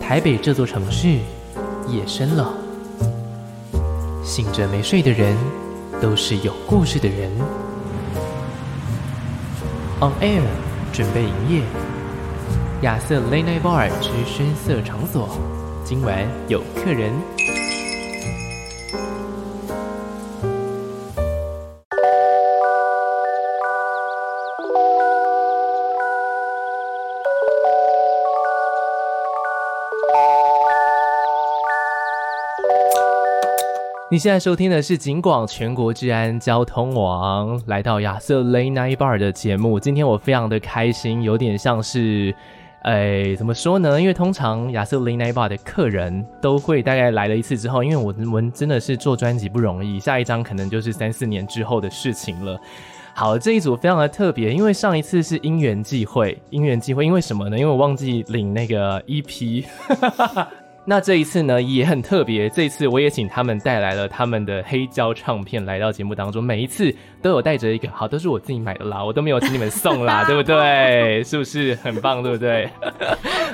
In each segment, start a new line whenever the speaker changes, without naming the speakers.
台北这座城市，夜深了。醒着没睡的人，都是有故事的人。On Air 准备营业，亚瑟 Late Night Bar 之深色场所，今晚有客人。你现在收听的是警广全国治安交通网，来到亚瑟 Late Night Bar 的节目。今天我非常的开心，有点像是，哎，怎么说呢？因为通常亚瑟 Late Night Bar 的客人都会大概来了一次之后，因为我们真的是做专辑不容易，下一张可能就是三四年之后的事情了。好，这一组非常的特别，因为上一次是因缘际会，因缘际会，因为什么呢？因为我忘记领那个 E EP，那这一次呢也很特别，这一次我也请他们带来了他们的黑胶唱片来到节目当中，每一次都有带着一个，好，都是我自己买的啦，我都没有请你们送啦， 对不对？是不是很棒，对不对？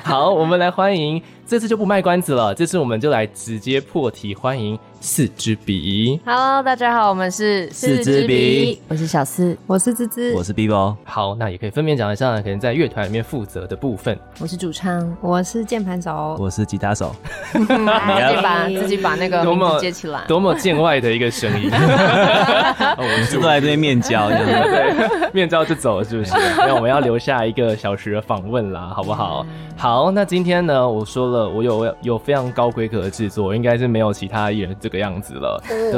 好，我们来欢迎，这次就不卖关子了，这次我们就来直接破题，欢迎四支笔。
Hello，大家好，我们是
四支笔，
我是小四，我是芝芝
我是 B 包，
好，那也可以分别讲一下，可能在乐团里面负责的部分。
我是主唱，
我是键盘手，
我是吉他手。
自己把自己把那个
多
名
么
字接起来。
多么见外的一个声音，哦我是
坐在这边面交，这 样子
面罩就走了，是不是？那我们要留下一个小时的访问啦，好不好？好，那今天呢，我说了，我有有非常高规格的制作，应该是没有其他艺人这个样子了。
哎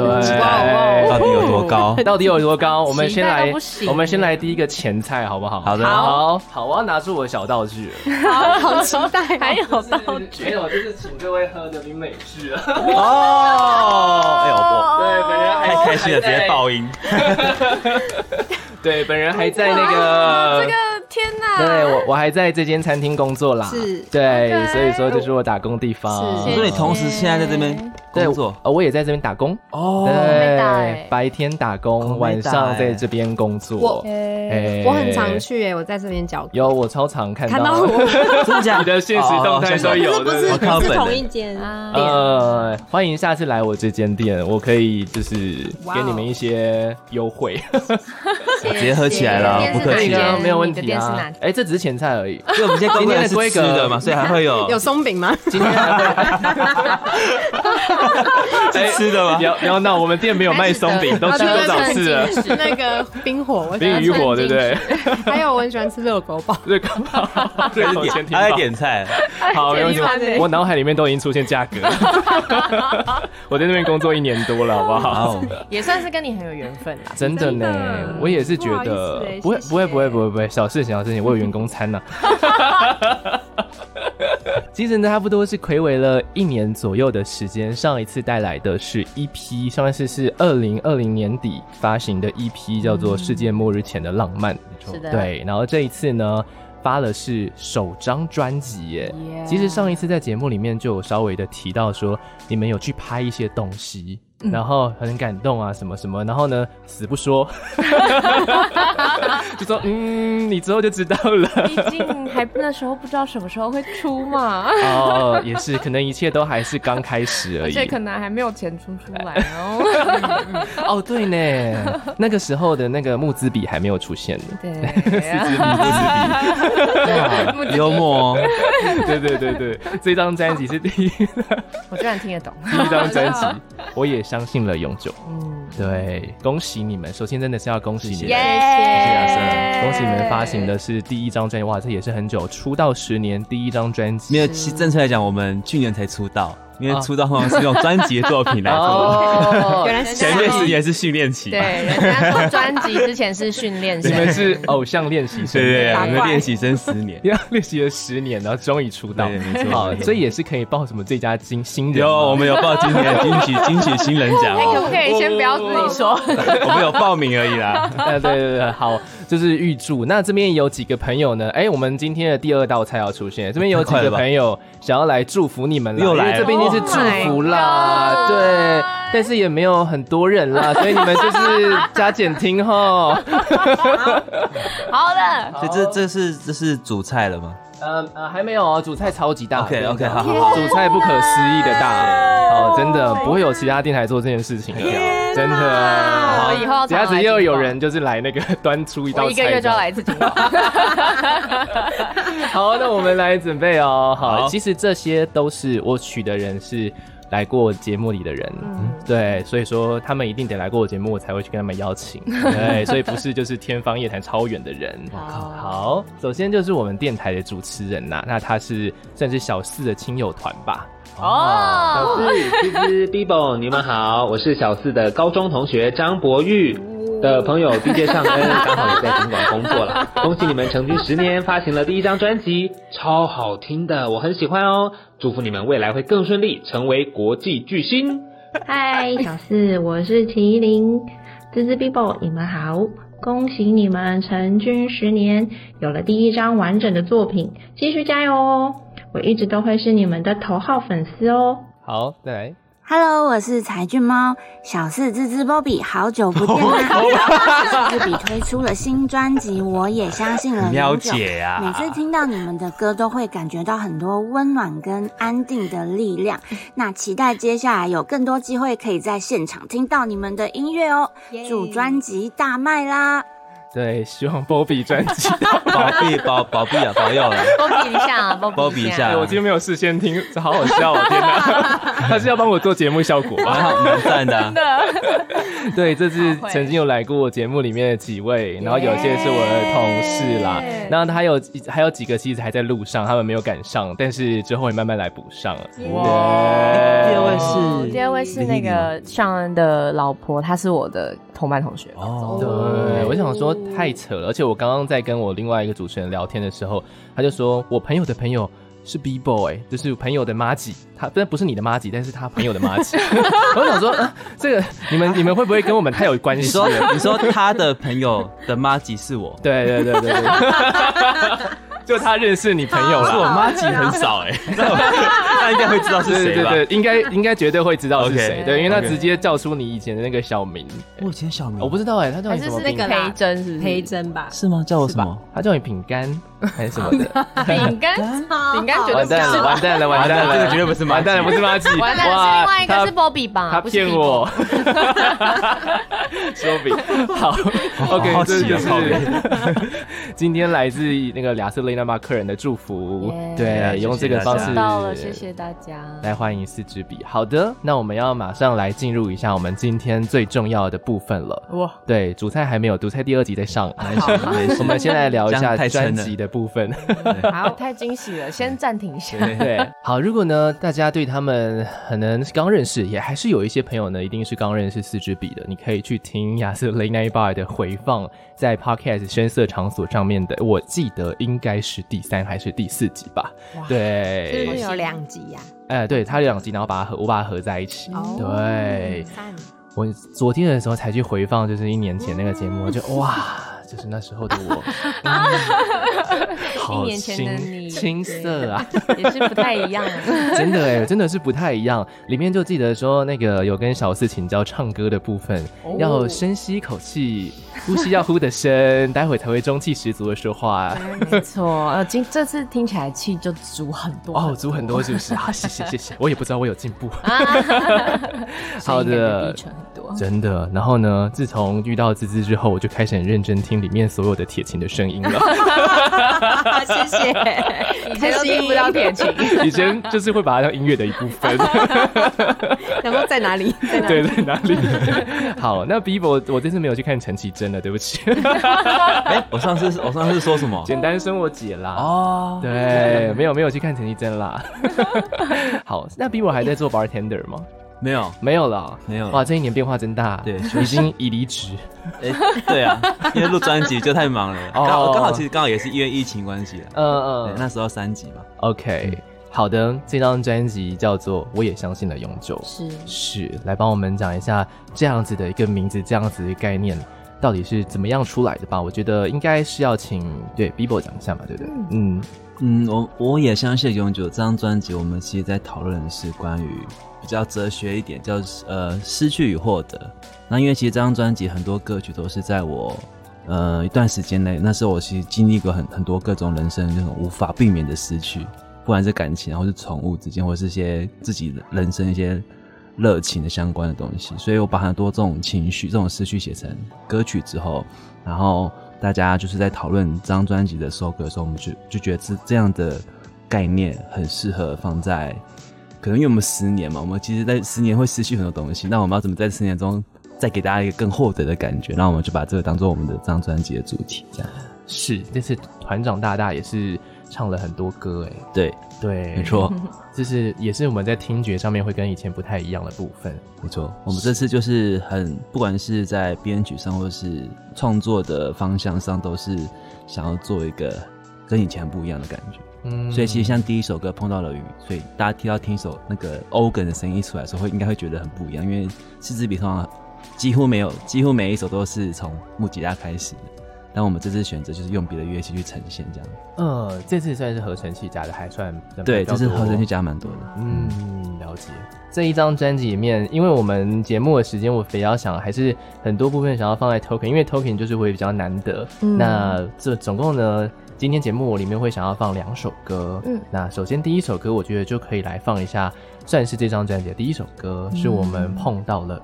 对，
到底有多高？
到底有多高？我们先
期待
来
到不，行
我们先来第一个前菜，好不好？
好的
好，好，我要拿出我的小道具了。
好期待， 还有到
没有，就是请各位喝的冰美式啊。
哦，哎呦，我
对，本人还
哎太开心了，直接爆音。
对，本人还在那个
这个天哪！
呃对我，我还在这间餐厅工作啦。
啊是
对
OK
所以说这是我打工地方。
是
所以你同时现在在这边
对
工作
呃我也在这边打工。
哦
没打欸
对，白天打工，
没
晚
打
上
欸
在这边工作
我。
哦哎
我很常去哎，我在这边教
有我超常看
看到我， 哦
真的假
你的现实动态都有，
不是
对
我看到本人，
间啊，
呃，欢迎下次来我这间店，我可以就是
哇哦
给你们一些优惠。
直接喝起来了
谢，谢
不客
谢
气
谢。
啊，没有问
你的
题
店是
啊
哪。
哎，这只是前菜而已。
因为我们现在
今天
今天
的
的
规
是
格
吃的嘛，所以还会有
有松饼吗？
今天还会
是吃的吗
不？哎要不要闹，我们店没有卖松饼，都
开
去
始的
多
啊
少次了？
是那个冰火，我 喜
冰
欢
与火，对
吃
不对？
还有我很喜欢吃热狗堡，
这个好，这个前提
还在哎点菜，
好，没问题
前提。吧
我脑海里面都已经出现价格了， 我在那边工作一年多了，好不
哇
好？
哦，
也算是跟你很有缘分啦。
真的
真
呢
的，
我也是觉
不好意思
得
欸
不会
谢谢
不会不会不会不会小事情小事情，我有员工餐呢。 其实呢，差不多是暌违了一年左右的时间。上一次带来的是 EP，上一次是二零二零年底发行的 EP，叫做《世界末日前的浪漫》。
嗯
是的
对，然后这一次呢，发了是首张专辑耶。
Yeah
其实上一次在节目里面就有稍微的提到说，你们有去拍一些东西，然后很感动啊，什么什么，然后呢死不 说，就说嗯，你之后就知道了。
毕竟还那时候不知道什么时候会出嘛，
哦，也是，可能一切都还是刚开始而
而
已。
且可能还没有钱出出来哦。
哦，对呢，那个时候的那个募资笔还没有出现呢。
对啊，
幽默哦，
对对对对，这张专辑是第一
我居然听得懂。
第一张专辑， 我也相信了永久。嗯，对，恭喜你们！首先真的是要恭喜你们。
耶！
是恭喜你们发行的是第一张专辑，哇，这也是很久，出道十年第一张专辑。
没有，其实正确来讲，我们去年才出道，因为出道通常是用专辑的作品来做，
哦，
原来是
前面十年是训练期，
对，人家做专辑之前是训练
你
生，
们是偶像练习生，
对对对，
打
我
怪
们练习生十年。
要练习了十年，然后终于出道，
对没错
好，
没错
所以也是可以报什么最佳金新人
有，
吗
我们有报今年的金曲金曲新人 奖
可不
哦，
可以先不要自己说？
我们有报名而已 啦。
啊，对对对，好，就是预祝。那这边有几个朋友呢？哎，我们今天的第二道菜要出现，这边有几
太快
个
了吧
朋友想要来祝福你们啦，
又来了
因为这毕竟是祝福啦
Oh my god
对。但是也没有很多人啦，所以你们就是加减听吼。
好的，
所以这这是这是主菜了吗？
呃呃，还没有哦，主菜超级大。
OK，OK，好
主
好好
主菜不可思议的大，哦，真的不会有其他电台做这件事情的，真
啊我
的。
以后要
只要
常来
只要
金
有
广
人就是来那个 端出一道
我
菜，
一个月就要来一次金广。
好，那我们来准备哦。好，
好
其实这些都是我取的人是来过节目里的人，对，所以说他们一定得来过我节目，我才会去跟他们邀请。对，所以不是就是天方夜谭超远的人。好，首先就是我们电台的主持人呐、那他是算是小四的亲友团吧。
哦，
是滋滋 Bibo，你们好，我是小四的高中同学张博玉的朋友 DJ 尚恩，刚好也在尽管工作 了。恭喜你们成军十年，发行了第一张专辑，超好听的，我很喜欢哦。祝福你们未来会更顺利，成为国际巨星。
嗨， 小四，我是麒麟，滋滋 Bibo，你们好，恭喜你们成军十年，有了第一张完整的作品，继续加油哦！我一直都会是你们的头号粉丝哦。
好，再来。
Hello，我是柴俊猫，小四芝芝 Bobby，好久不见啊啦！b b 推出了新专辑，我也相信了
喵
永久。
姐啊，
每次听到你们的歌，都会感觉到很多温暖跟安定的力量。那期待接下来有更多机会可以在现场听到你们的音乐哦！祝专辑大卖啦！
对，希望 Bobby 专 辑。
宝贝保保庇啊，保佑了。
波比一下啊，波比
Bobby 一下
哎，我今天没有事先听，这好好笑哦！天哪，他是要帮我做节目效果吗？
蛮好蛮赞的啊，
对，这是
好会
曾经有来过我节目里面的几位，然后有些是我的同事啦，然后他有还有几个其实还在路上，他们没有赶上，但是之后会慢慢来补上了。
哇
第二位是
第二位是那个尚恩的老婆，她是我的同班同学。
对
哦，
我想说太扯了，而且我刚刚在跟我另外一个主持人聊天的时候，他就说我朋友的朋友。是 B boy，就是朋友的妈吉，他但不是你的妈吉，但是他朋友的妈 吉。我想说，啊、这个你们你们会不会跟我们太有关
你
系
说
了？
你说他的朋友的妈吉是我，
对对对对对， 就他认识你朋友
啊
可是我
了。
妈吉很少哎，那我那应该会知道是
对
谁
对
吧？
对，应该应该绝对会知道是谁
OK
对，因为他
OK
直接叫出你以前的那个小名，
我以前小名
我不知道哎、他叫
还
你什
是
么
是
饼？
那个
培
啦
真是不是
培真吧？
是吗？叫我
是
什
吧
么？
他叫你饼干还是什么的？
饼干，饼干绝对
完
不是
蛋了，
吧？
完蛋了，完蛋了，
这个绝对不是马
完
吉
蛋了，不是马吉，
完蛋了，是另外一个是波比吧？
他
不是
骗
Bieber
我， 说饼好，OK，
好
这
奇
就
啊
是
靠边
今天来自那个亚瑟雷纳马客人的祝福，
Yeah
对，用这个方式
知
到了，谢谢大家。
来欢迎四支笔。好的，那我们要马上来进入一下我们今天最重要的部分了。
哇，
对，主菜还没有，主菜第二集再上。
没事 没事，
我们先来聊一
这
下
样太撑
专
了
辑的部分。
好，太惊喜了，先暂停一下。
对，好，如果呢，大家对他们可能是刚认识，也还是有一些朋友呢，一定是刚认识四支笔的，你可以去听亚瑟雷奈巴尔的回放，在 Podcast 深色场所上面的，我记得应该是第三还是第四集吧？
是不
对
是，有两 集呀？
哎、对，它有两集，然后把它合，我把它合在一起。
哦
对，
三
我昨天的时候才去回放，就是一年前那个节 目，就哇，就是那时候的我，好
一年前的你
青青涩啊。
也是不太一样。啊
真的哎、真的是不太一样。里面就记得说，那个有跟小四请教唱歌的部分，
哦
要深吸一口气，呼吸要呼的 深，待会才会中气十足的说话。
没错，呃，今这次听起来气就足很多
哦，足很多是不是？啊，谢谢谢谢，我也不知道我有进步。
啊
好的
低，沉很 多。
真的。然后呢，自从遇到滋滋之后，我就开始很认真听里面所有的铁琴的声音了。
谢谢，
以前都听不到
铁琴，
以前就是会把它当音乐的一部 分。
然后在哪里？在 哪里？
对，在哪里？ 好，那 Bibo，我我这次没有去看陈绮贞了，对不 起。
哎， 我上次我上次说什么？
简单生活姐啦。
哦，
对，没有没有去看陈绮贞啦。 好，那 Bibo 还在做 bartender 吗？
没有，
没有了，
没有了
哇，这一年变化真大。
对
已经已离职。
哎，对啊，因为录专辑就太忙了，
哦
刚好刚好其实刚好也是因为疫情关系了，
嗯
对，
嗯
那时候三级嘛，
，OK，好的，这张专辑叫做《我也相信了永久》，
是
是来帮我们讲一下这样子的一个名字，这样子的概念。到底是怎么样出来的吧？我觉得应该是要请对 Bibo 讲一下嘛，对不对？嗯，
嗯，我我也相信永久这张专辑，我们其实在讨论的是关于比较哲学一点，叫呃失去与获得。那因为其实这张专辑很多歌曲都是在我呃一段时间内，那时候我其实经历过很很多各种人生那种无法避免的失去，不管是感情，啊或是宠物之间，或是一些自己人生一些热情的相关的东西，所以我把很多这种情绪、这种失去写成歌曲之后，然后大家就是在讨论这张专辑的收割的时候，我们就就觉得这这样的概念很适合放在，可能因为我们十年嘛，我们其实在十年会失去很多东西，那我们要怎么在十年中再给大家一个更获得的感觉？那我们就把这个当做我们的这张专辑的主题，这样
是，这次团长大大也是唱了很多歌，哎，
对，
对，
没， 错。
就是也是我们在听觉上面会跟以前不太一样的部分。
没错，我们这次就是很，不管是在编曲上，或是创作的方向上，都是想要做一个跟以前不一样的感觉。
嗯
所以其实像第一首歌碰到了雨，所以大家听到听一首那个 organ 的声音一出来的时候，会应该会觉得很不一样，因为四支笔通常几乎没有，几乎每一首都是从木吉他开始的，但我们这次选择就是用别的乐器去呈现这样。
呃，这次算是合成器加的，还算
对，这次合成器
器。
加蛮多的。
嗯，了解。这一张专辑里面，因为我们节目的时间，我比较想还是很多部分想要放在 token，因为 token 就是会比较难得。
嗯
那这总共呢，今天节目我里面会想要放两首歌。
嗯
那首先第一首歌，我觉得就可以来放一下，算是这张专辑的第一首歌，
嗯
是我们碰到了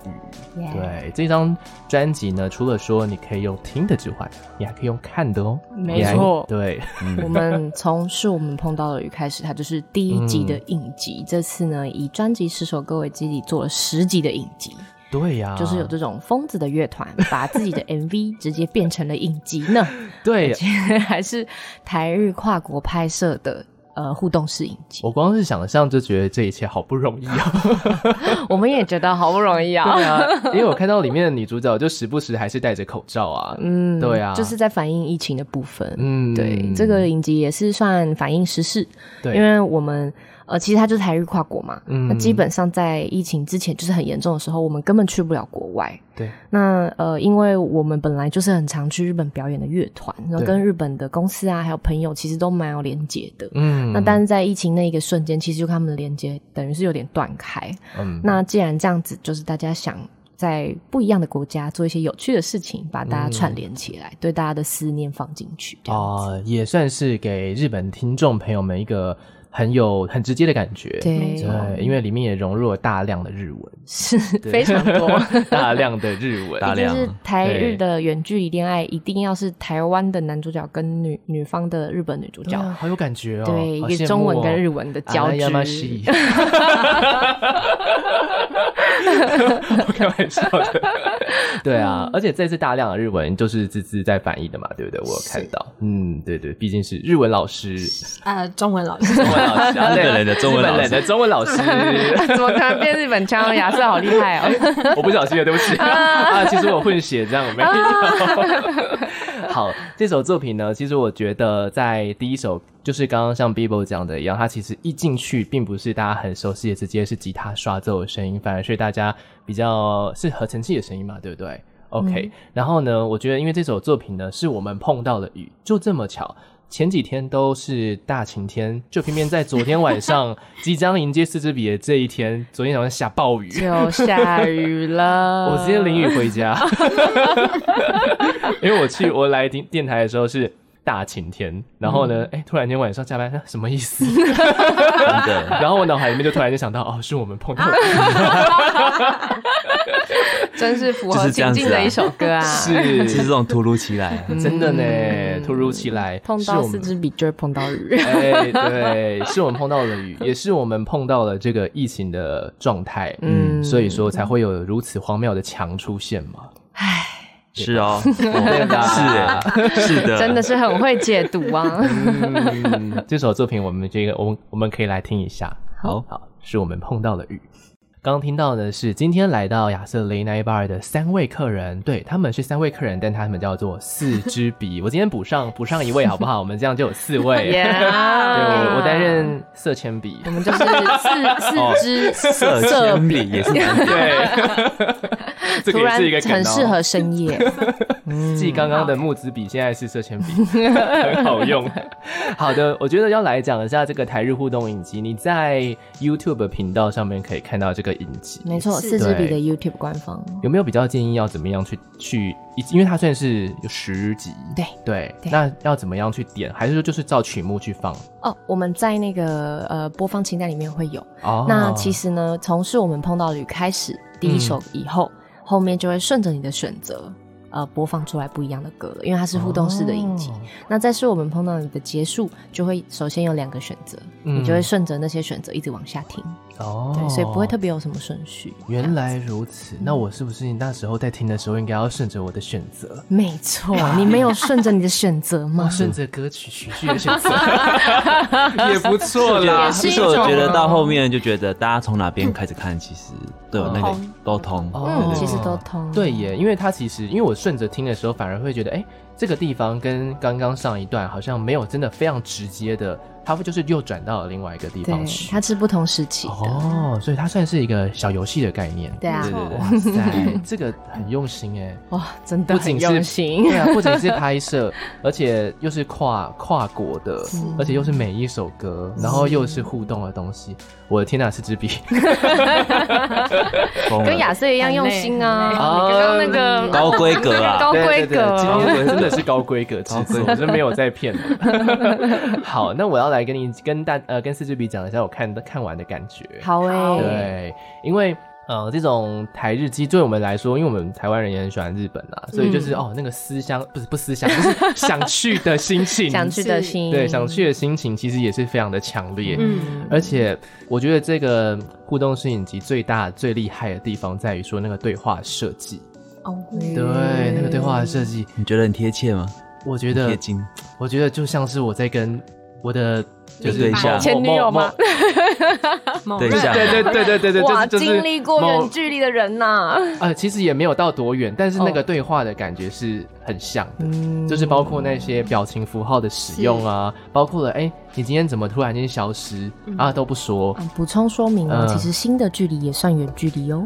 雨。
耶
对，这张专辑呢，除了说你可以用听的之外，你还可以用看的哦。
没
你还
错
对，
我们从是我们碰到了雨开始，它就是第一集的影集。这次呢，以专辑十首歌为基底，做了十集的影集，
对呀、
就是有这种疯子的乐团，把自己的 MV 直接变成了影集呢，
对
而，且还是台日跨国拍摄的。呃，互动式影集，
我光是想象就觉得这一切好不容易 啊！
我们也觉得好不容易啊，
对啊，因为我看到里面的女主角就时不时还是戴着口罩啊。
嗯，
对啊
就是在反映疫情的部分，
嗯，
对，这个影集也是算反映时事，
对，
因为我们呃，其实它就是台日跨国嘛，
嗯
那基本上在疫情之前就是很严重的时候，我们根本去不了国外。
对，
那呃，因为我们本来就是很常去日本表演的乐团，然后
对
跟日本的公司啊，还有朋友其实都蛮有连接的。
嗯，
那但是在疫情那一个瞬间，其实就跟他们的连接等于是有点断开。
嗯，
那既然这样子，就是大家想在不一样的国家做一些有趣的事情，把大家
嗯
串联起来，对大家的思念放进去，这样子。
啊、也算是给日本听众朋友们一个很有很直接的感觉。
对，
对，因为里面也融入了大量的日文，
是
对
非常多。
大量的日文，
大量
就是台
对
日的远距离恋爱，一定要是台湾的男主角跟女女方的日本女主
对
角，
啊好有感觉哦，
对，一
好
个
羡
中
慕
文
哦
跟日文的交织。
织。 我开玩笑的，对啊，而且这次大量的日文就是滋滋在翻译的嘛，对不对？我有看到，嗯，对对，毕竟是日文老师，
呃，中文老师
中文 老师，啊对
日本人的中文老师
日本人的中文老师，
怎么可能变日本腔？亚瑟好厉害哦！
我不小心的，对不起啊，其实我混血，这样我没有。 好，这首作品呢，其实我觉得在第一首，就是刚刚像 Bibo 讲的一样，它其实一进去并不是大家很熟悉的，直接是吉他刷奏的声音，反而是大家比较是合成器的声音嘛，对不对？OK，、然后呢，我觉得因为这首作品呢，是我们碰到了雨，就这么巧。前几天都是大晴天，就偏偏在昨天晚上即将迎接四支笔的这一天，昨天晚上下暴雨，
就下雨了，
我直接淋雨回家，
呃
因为我去我来电电台的时候是大晴天，然后
嗯
呢，哎、突然间晚上下班，啊什么意思？
真的，
然后我脑海里面就突然间想到，哦，是我们碰到，
真是符
就
合
是这
情
样子
境的一首歌啊！
就是这
是
种突如其来。
真的呢，
嗯
突如其来，
碰
是
到
我们
四支笔就会碰到雨，
哎，对，是我们碰到了雨，也是我们碰到了这个疫情的状态，嗯，
嗯
所以说才会有如此荒谬的墙出现嘛。
是哦，
对吧
是是的，
真的是很会解读啊！
嗯， 这首作品我们这个，我们我们可以来听一下。
好
好，是我们碰到了雨。刚听到的是今天来到亚瑟雷奈巴尔的三位客人，对他们是三位客人，但他们叫做四支 笔。我今天补上补上一位好不好？我们这样就有四 位。
耶，
对，我我担任哦色铅笔
我。们就是四四支
色铅笔也是蛮
对，这个
突
也
然
是一个梗、哦、
很适合深夜。
记刚刚的木子笔，现在是色铅笔，很好用。 好的，我觉得要来讲一下这个台日互动影集，你在 YouTube 频道上面可以看到这个影集。
没错，
是
四支笔的
对
YouTube 官方，
有没有比较建议要怎么样去去，因为它算是有十集，
对
对，
对
那要怎么样去点？还是说就是照曲目去放？
哦，我们在那个呃播放清单里面会有。
哦，
那其实呢，从是我们碰到旅开始第一首以
嗯
后，后面就会顺着你的选择，呃，播放出来不一样的歌了，因为它是互动式的影集。
哦
那再是我们碰到你的结束，就会首先有两个选择，
嗯
你就会顺着那些选择一直往下听，
哦，
对，所以不会特。别有什么顺序。
原来如此，
嗯
那我是不是那时候在听的时候应该要顺着我的选 择？
没 错，你没有顺着你的选择吗
哇，？哦顺着歌曲曲序的选 择 也不错啦
也。是
其
一
实
种
我觉得到后面就觉得，大家从哪边开始看，其实都有那个
通
都通。
嗯
哦，
其实都通
对耶，因为它其实因为我顺着听的时候，反而会觉得，哎，这个地方跟刚刚上一段好像没有真的非常直接的，它会就是又转到了另外一个地
对
方，去
它。是不同时期的。
哦，所以它算是一个小游戏的概念。
对啊
对，对对，
哇塞，这个很用心 哎。
哇，真的
不仅
很
是
用心。
对啊，不仅是拍摄，而且又是跨跨国的，而且又是每一首歌，然后又是互动的东西。我的天哪，是支笔
疯
跟
了，
亚瑟一样用心啊！
很累
刚刚那个
哦嗯
高规格 啊，
高规
对
格
对对今
哦，
天真的是高规格制作，我是没有在骗 的。 好，那我要来跟你跟大呃跟四支笔讲一下我看的看完的感觉。
好哎，
对，因为呃，这种台日机对我们来说，因为我们台湾人也很喜欢日本啊，所以就是、哦，那个思乡不是不思乡，就是想去的心情，
想去的心，
对想去的心情，其实也是非常的强烈。
嗯，
而且我觉得这个互动式影集最大最厉害的地方在于说那个对话设计，
哦，
对那
嗯
个对话的设计，
你觉得很贴切吗？
我觉得
贴近，
我觉得就像是我在跟我的就
对
是
象
某
前女友吗？
某某
某
对
人
象
对对对对对对，
哇，
就是
经历过
某
远距离的人呐，
呃，其实也没有到多远，但是那个
哦
对话的感觉是很像的，就是包括那些表情符号的使用啊，包括了哎、你今天怎么突然间消失、啊都不 说，
啊补充说明哦，
嗯
其实新的距离也算远距离哦。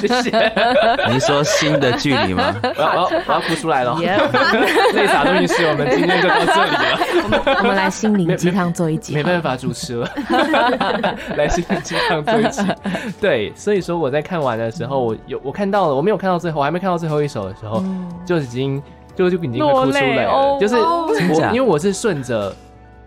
谢谢，
你是说新的距离 吗？
我要我要我要哭出来了
Yeah，
泪洒录音室，我们今天就到这里了。
我们来心灵鸡汤做一 集
没。办法主持 了，来新的鸡汤做一期。对，所以说我在看完的时
嗯
候，我有我看到了，我没有看到最后，我还没看到最后一首的时候，就已经就就已经会哭出来了。
嗯落泪哦
就是我
真假
因为我是顺着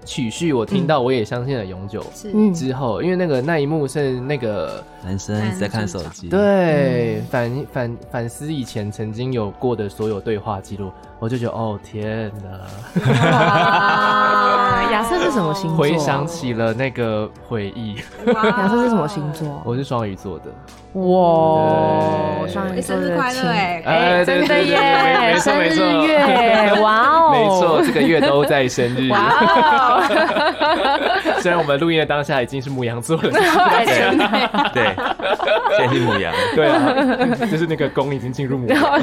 曲序，我听到我也相信了永久。
是
嗯，
之后，因为那个那一幕是那个
男生一直在看手
嗯
机，，
对反反反思以前曾经有过的所有对话记录，我就觉得哦天哪，
啊亚瑟是什么星座？
回想起了那个回忆。
亚瑟是什么星座？
哦我是双鱼座的，
哇，
对
双鱼座
生日
的
快乐
亲。
哎！
哎
哎，真
对
的
对对对没
耶！
错
生
没
日
错
月，哇哦！
没错，这个月都在生日。
哦
虽然我们录音的当下已经是母羊座了，
哎真的耶
对，现在是 母羊，
对啊， 就是那个宫已经进入母羊。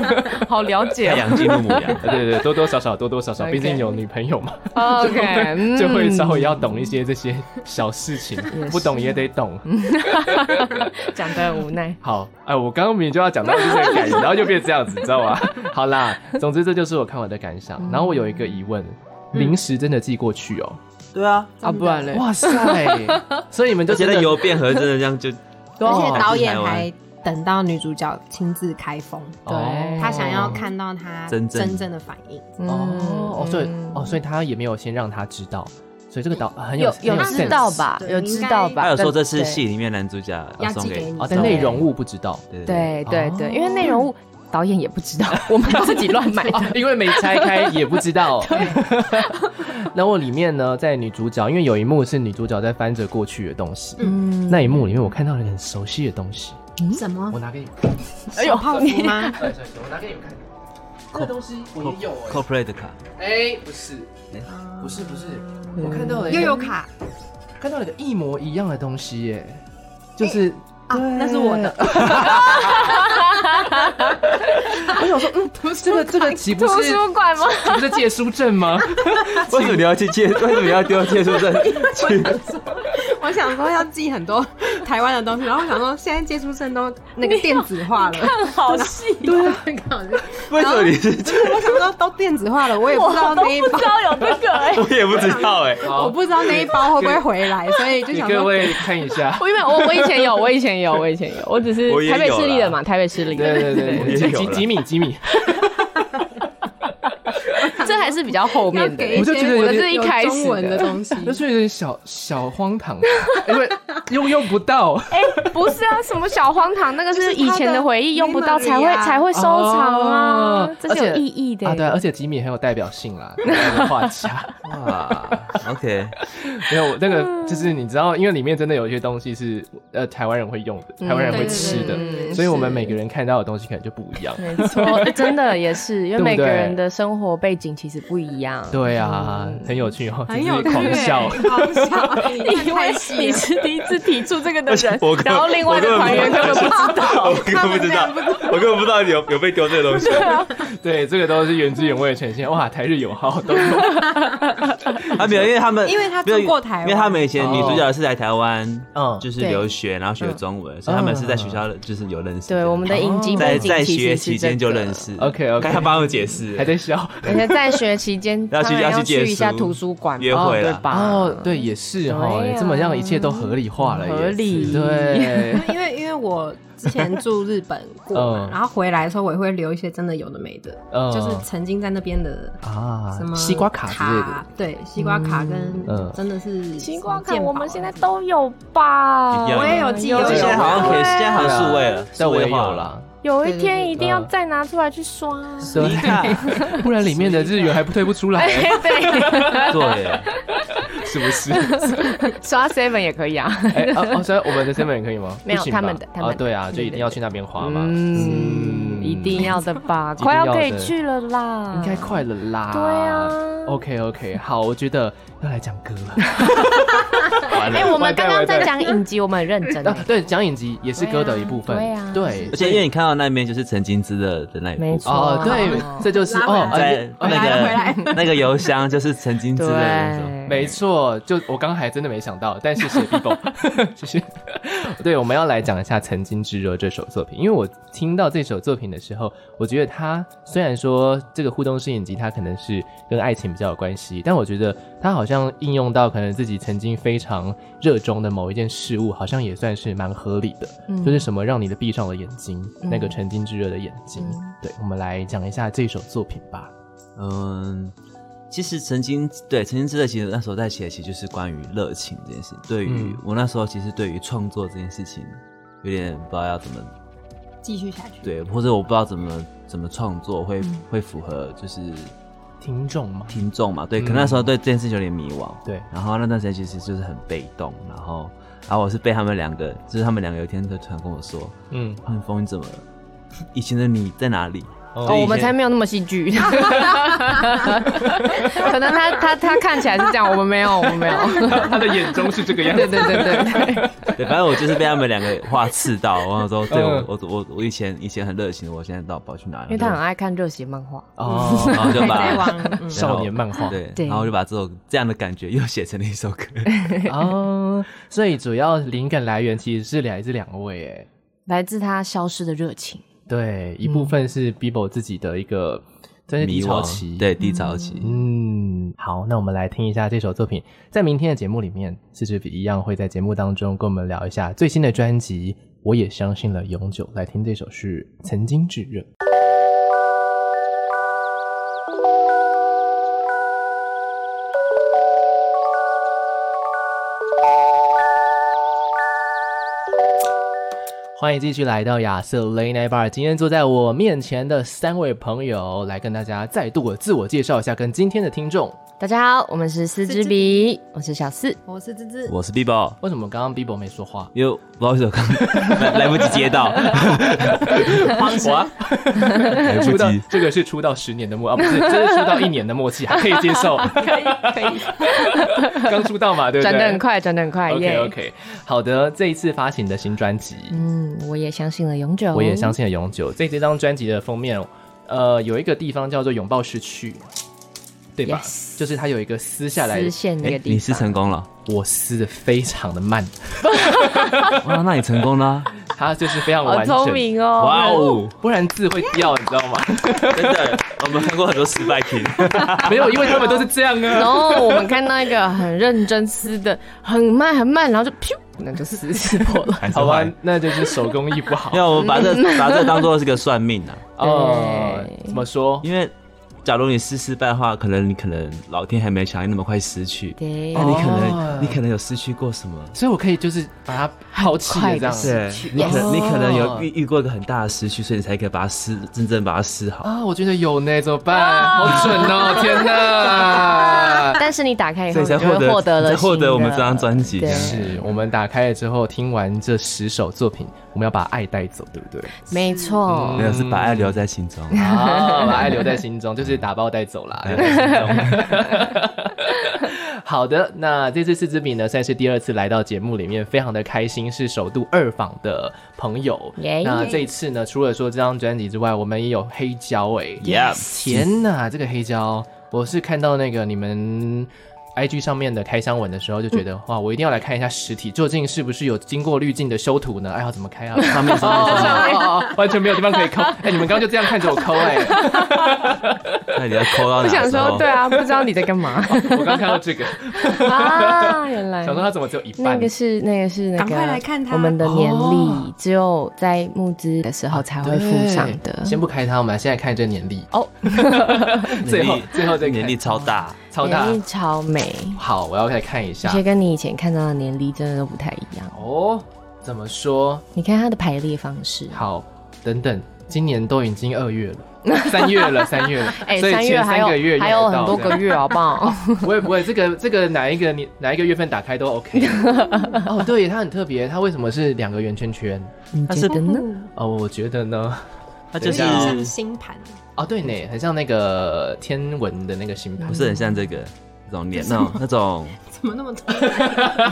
好了解
太
哦。
阳进入母羊，
对对对，多多少少，多多少少，
OK
毕竟有女朋友嘛，
哦 OK， 嗯
就会稍微
要
要懂一些这些小事情
也，是
不懂也得懂。
讲的无奈。
好，哎，我刚刚明明就要讲到就是这个感 觉，然后就变这样子，你知道吗？好啦，总之这就是我看我的感想。
嗯
然后我有一个疑问，零食真的寄过去哦？
对啊，
啊，不然嘞
哇塞！所以你们就
而且
真
那
的
邮便盒真的这样 就
而
哦
且导演还等到女主角亲自开封，
哦
他想要看到她
真正
真正的反应。
哦，哦，所以
嗯
哦，所以他也没有先让他知道，所以这个导很有
有有
很
知道
sense
吧？
对
有知道吧？
他有说这
但
是戏。里面男主角要送
要寄给
给
你
哦，但内容物不知道，
对
对
对
对
哦
对，因为内容物导演也不知道，我们自己乱买
哦
的。
因为没拆开也不知 道。 然后里面呢，在女主角，因为有一幕是女主角在翻着过去的东西，
嗯，
那一幕里面我看到了一个很熟悉的东西，
什么
我？拿给你们看，
哎呦，泡芙吗？
哎对我拿给你们看，这个东西我也有哎
，CoPlay 的卡，
哎，不是，
啊
不是不是，我看到了一
又
个
有卡
看到了一个一模一样的东西耶，就是。
啊，那是我的。
我想说，嗯，这个这个岂不是
馆吗？
这不是借书证吗？
为 什么你要去借？为什么你要丢借书证？
我想说要寄很多台湾的东西，然后我想说现在接触症都那个电子化了，
看好戏，
对啊，很搞笑。
为什么你是
不是我想说都电子化了，我也不知道那一包，
有这个哎、
我也不知道哎、
我不知道那一包会不会回来，所以就
给
想
各
说
位看一下。
我因为我我以前有，我以前有，我以前有，我只是
我也有
台北市立的
啦
嘛，台北市立 的，
对对对对，几
也有
几
了
几米几米，
这还是比较后面
要
的。
给一
我就觉得
些
有
我
点
是
有中
中
文
文
的
的东西，
那是有点小小荒唐，啊因为用用不到。
哎、不是啊，什么小荒唐，那个
就是是它的
以前的回忆，用不到
memory
才会
啊
才会收藏啊，
哦
这是
而
有
且
意义的、
啊，对啊，而且吉米很有代表性啦，那个画 家。
哇，OK，
啊没有那
嗯
个，就是你知道，因为里面真的有一些东西是呃台湾人会用的，台湾人会吃的，
嗯对对对
所以我们每个人看到的东西可能就不一样。
没错，真的也是，因
对
为
不
每个
对
人的生活背景其实不一样。
对啊，
嗯
很有趣哦，
很有
只是狂笑。
狂笑， 你
你以为
太细了
你是第一次提出这个的
而且
人
我，根本
然后另外的团员根本不知道
我。根本不知道，我根本不知道有有被丢这个东西。
对，这个都是原汁原味的呈现。哇，台日友好 都有。
啊，没有，因为他们
因为他住
没有
过台湾
因为他们以前
哦
女主角是来台湾，
嗯
就是留学，然后学中文，所以他们是在学校就是有认识的。
对，我们的影集
哦在
背景
在
其实
学期
是
间
这
就
个
认。识。
OK，OK
刚才帮我解释，
还在笑。
而且在学期间，
要去
当然
要
要
去借
一下
书
图书馆嘛，
约会
对
啦
吧？
哦，对，也是哦，
对啊
这么让一切都合理化了也是，
合 理
对，
因为因为我之前住日本过嘛，
嗯
然后回来的时候我也会留一些真的有的没的，
嗯
就是曾经在那边的
啊
什么
西瓜卡之类的，，
对，西瓜卡
嗯
跟真的是
星光
什么
看
鉴宝
我们现在都有吧？
一样我也
有记忆
现在好像可以，现在好像数位了，
啊但
数
我也
位化
有。啦，
有一天一定要
嗯
再拿出来去刷。啊
你看，
不然里面的日元还不退不出来，
对，
对耶，
是不是？
刷 seven 也可以啊。
哎、哦哦，所以我们的 seven 也可以吗？
没有
不行吧
他们的他们
啊，
的
对啊，就一定要去那边花嘛，
嗯，一定要的 吧，
定
快
要的
要可以去了啦，
应该快了啦。
对啊
OK OK，好，我觉得要来讲歌 了。
完
哎、
了。
我们刚刚在
完蛋
讲影集，我们很认 真、
啊
欸，，
对，讲影集也是歌的一部分，
对啊
对
而且因为你看到那边就是曾经之的的那一
没
部
错
哦，
分，
对，这就是哦，而且
在那
回来
个那个邮箱就是曾经之的那种。
对，
没错，就我刚刚还真的没想到，但谢谢 Bibo，谢 谢。对，我们要来讲一下《曾经炙热》这首作品，因为我听到这首作品的时候，我觉得它虽然说这个互动式演技它可能是跟爱情比较有关系，但我觉得它好像应用到可能自己曾经非常热衷的某一件事物，好像也算是蛮合理的。就是什么让你的闭上了眼睛，那个曾经炙热的眼睛。对，我们来讲一下这首作品吧。
嗯，其实曾经对曾经之的，其实那时候在写，其实就是关于热情这件事。对于、
嗯
我那时候，其实对于创作这件事情，有点不知道要怎么
继续下去，
对，或者我不知道怎么怎么创作会、会符合就是
听众吗？
听众嘛。对，可
嗯
那时候对这件事情有点迷惘。
对
然后那段时间其实就是很被动，然后然后我是被他们两个，就是他们两个有一天就突然跟我说
嗯，：“
汉风，你怎么了？以前的你在哪里？”
哦
哦，
以
我们
前
才没有那么戏剧， 可能他他他看起来是这样，我们没有，我们没有，
他的眼中是这个样
对对对对对，
对，反正我就是被他们两个话刺到，然后说，对
嗯
我我我我以前以前很热情，我现在到底跑去哪
因
里？
为他很爱看热血漫画，
哦，
然后 就
再
把
往嗯
少年漫画
对，
对
然后就把这种这样的感觉又写成了一首歌。
哦，所以主要灵感来源其实是来自两位诶，
来自他消失的热情。
对，一部分是 Bibo 自己的一个算是 低
迷
潮
惘
期，，
对低潮期，
嗯，好，那我们来听一下这首作品，在明天的节目里面，四支笔一样会在节目当中跟我们聊一下最新的专辑《我也相信了永久》，来听这首是《曾经炙热》。欢迎继续来到亚瑟雷奈巴尔。今天坐在我面前的三位朋友，来跟大家再度的自我介绍一下，跟今天的听众。
大家好，我们是四支笔，我是小四，
我是芝芝，
我是 Bibo，
为什么刚刚 Bibo 没说话？
因为不好意思，我刚 来来不及接 到，
啊
我来
出
不
道
及，
啊这个是出道十年的默啊，不是，这是出道一年的默契，还可以接 受，
可以可以，
刚出道嘛，对不对？
转的很。快，转的很快，
OK
耶！
OK，好的，这一次发行的新专辑，
嗯，我也相信了永久，
我也相信了永久。这这张专辑的封面，呃，有一个地方叫做拥抱失去，对吧
Yes
就是它有一个撕下来
丝
的，
线那
哎、
个
你
地
是
方，
成功了，
我撕的非常的慢，
哇，那你成功啦、
它就是非常
好
完整。
聪明哦！
哇哦，
不然字会掉，你知道吗？
真的，我们看过很多失败品，
没有，因为他们都是这样啊。
然后我们看到一个很认真撕的，很慢很慢，然后就噗，那就撕撕破 了。
还是
好吧
坏，
那就是手工艺不好
要我们把这把这当做是个算命啊，
哦。
对
怎么说？
因为假如你是失败的话，可能你可能老天还没想你那么快失去，
对，
那你可
哦
能你可能有失去过什么？
所以我可以就是把它抛弃了这样
很快
子
的
对，你可
Yes
能你可能
哦
有遇遇过一个很大的失去，所以你才可以把它撕，真正把它撕好。
啊，我觉得有呢，怎么办？
啊
好准 哦！天哪！
但是你打开以后，
所以
你
才
就
获
会
得
获得了
才获
新
得我们
的
这张专辑
对
这样。
是我们打开了之后，听完这十首作品，我们要把爱带走，对不对？
没错
嗯。
没有，是把爱留在心中。
啊，把爱留在心中，就是打包带走啦。留在心中 好的，那这次四支笔呢，算是第二次来到节目里面，非常的开心，是首度二访的朋友。
耶
那这一次呢，除了说这张专辑之外，我们也有黑胶哎、
Yeah，
天哪，这个黑胶，我是看到那个你们 IG 上面的开箱文的时候，就觉
嗯
得、哇，我一定要来看一下实体，究竟是不是有经过滤镜的修图呢？哎呀，怎么开啊？ 上面上面上面，哦哦完全没有地方可 以抠。哎、你们刚刚就这样看着我抠哎、
那你要抠到
我
哪
想
的时候？
说， 对啊，不知道你在干嘛
我刚看到这个，
啊？原来
想说它怎么只有一半？
那个是那个是那个，
赶快来看它
我们的年
哦
历只有在募资的时候才会附上的
对。先不开它，我们现在看这年历哦， 最后
年历
最后再看
啊 年龄超大，
超大
年历。超美，
好，我要来看一
而
下
且跟你以前看到的年历真的都不太一样。
哦，怎么说？
你看它的排列方式，
好，等等，今年都已经二月 了，三月了，三月了，
哎，
所以
三
前
还
三个月
有还有
用得到
很多个。月，好不好？
不会不会，这个这个哪一个你哪一个月份打开都 OK。哦，对，它很特别，它为什么是两个圆圈圈？
你觉得 呢？
哦，我觉得呢，
它就
嗯有
是
点像星盘，
哦对呢，很像那个天文的那个星盘
不。是很像这个这种脸那种那种，
怎么那么多？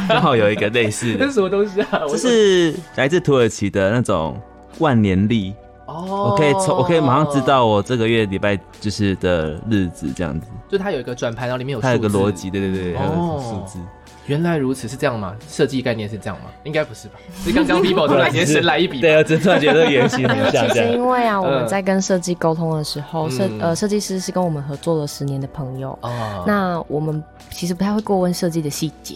刚好有一个类似
这
的
是，什么东西啊？我
就是来自土耳其的那种万年历。
哦，
我可以从我可以马上知，道我这个月礼拜就是的日子这样子，
就它有一个转盘，然后里面有
它有个
数字
逻辑，。对对对，还有
哦
数字。
原来如此，是这样吗？设计概念是这样吗？应该不 是吧？是刚刚 Vivo 突然间神来一笔，
对，我真的觉得原 型很像
其
这
实
样。
因为啊，我
嗯
们在跟设计沟通的时候，设
嗯
呃设计师是跟我们合作了十年的朋友，
哦，
那我们其实不太会过问设计的细节。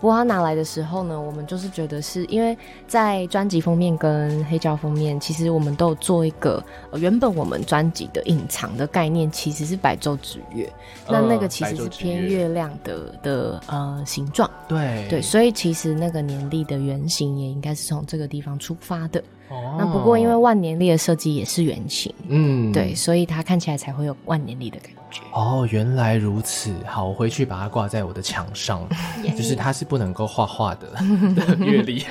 不过他拿来的时候呢，我们就是觉得是因为在专辑封面跟黑胶封面，其实我们都有做一个、呃、原本我们专辑的隐藏的概念，其实是白昼之月。
嗯
那那个其实是偏月亮的的呃形状，
对
对，所以其实那个年历的原型也应该是从这个地方出发的。
哦
那不过因为万年历的设计也是圆形，
嗯
对，所以它看起来才会有万年历的感觉。
哦，原来如此。好，我回去把它挂在我的墙 上，就是它是不能够画画的的阅历。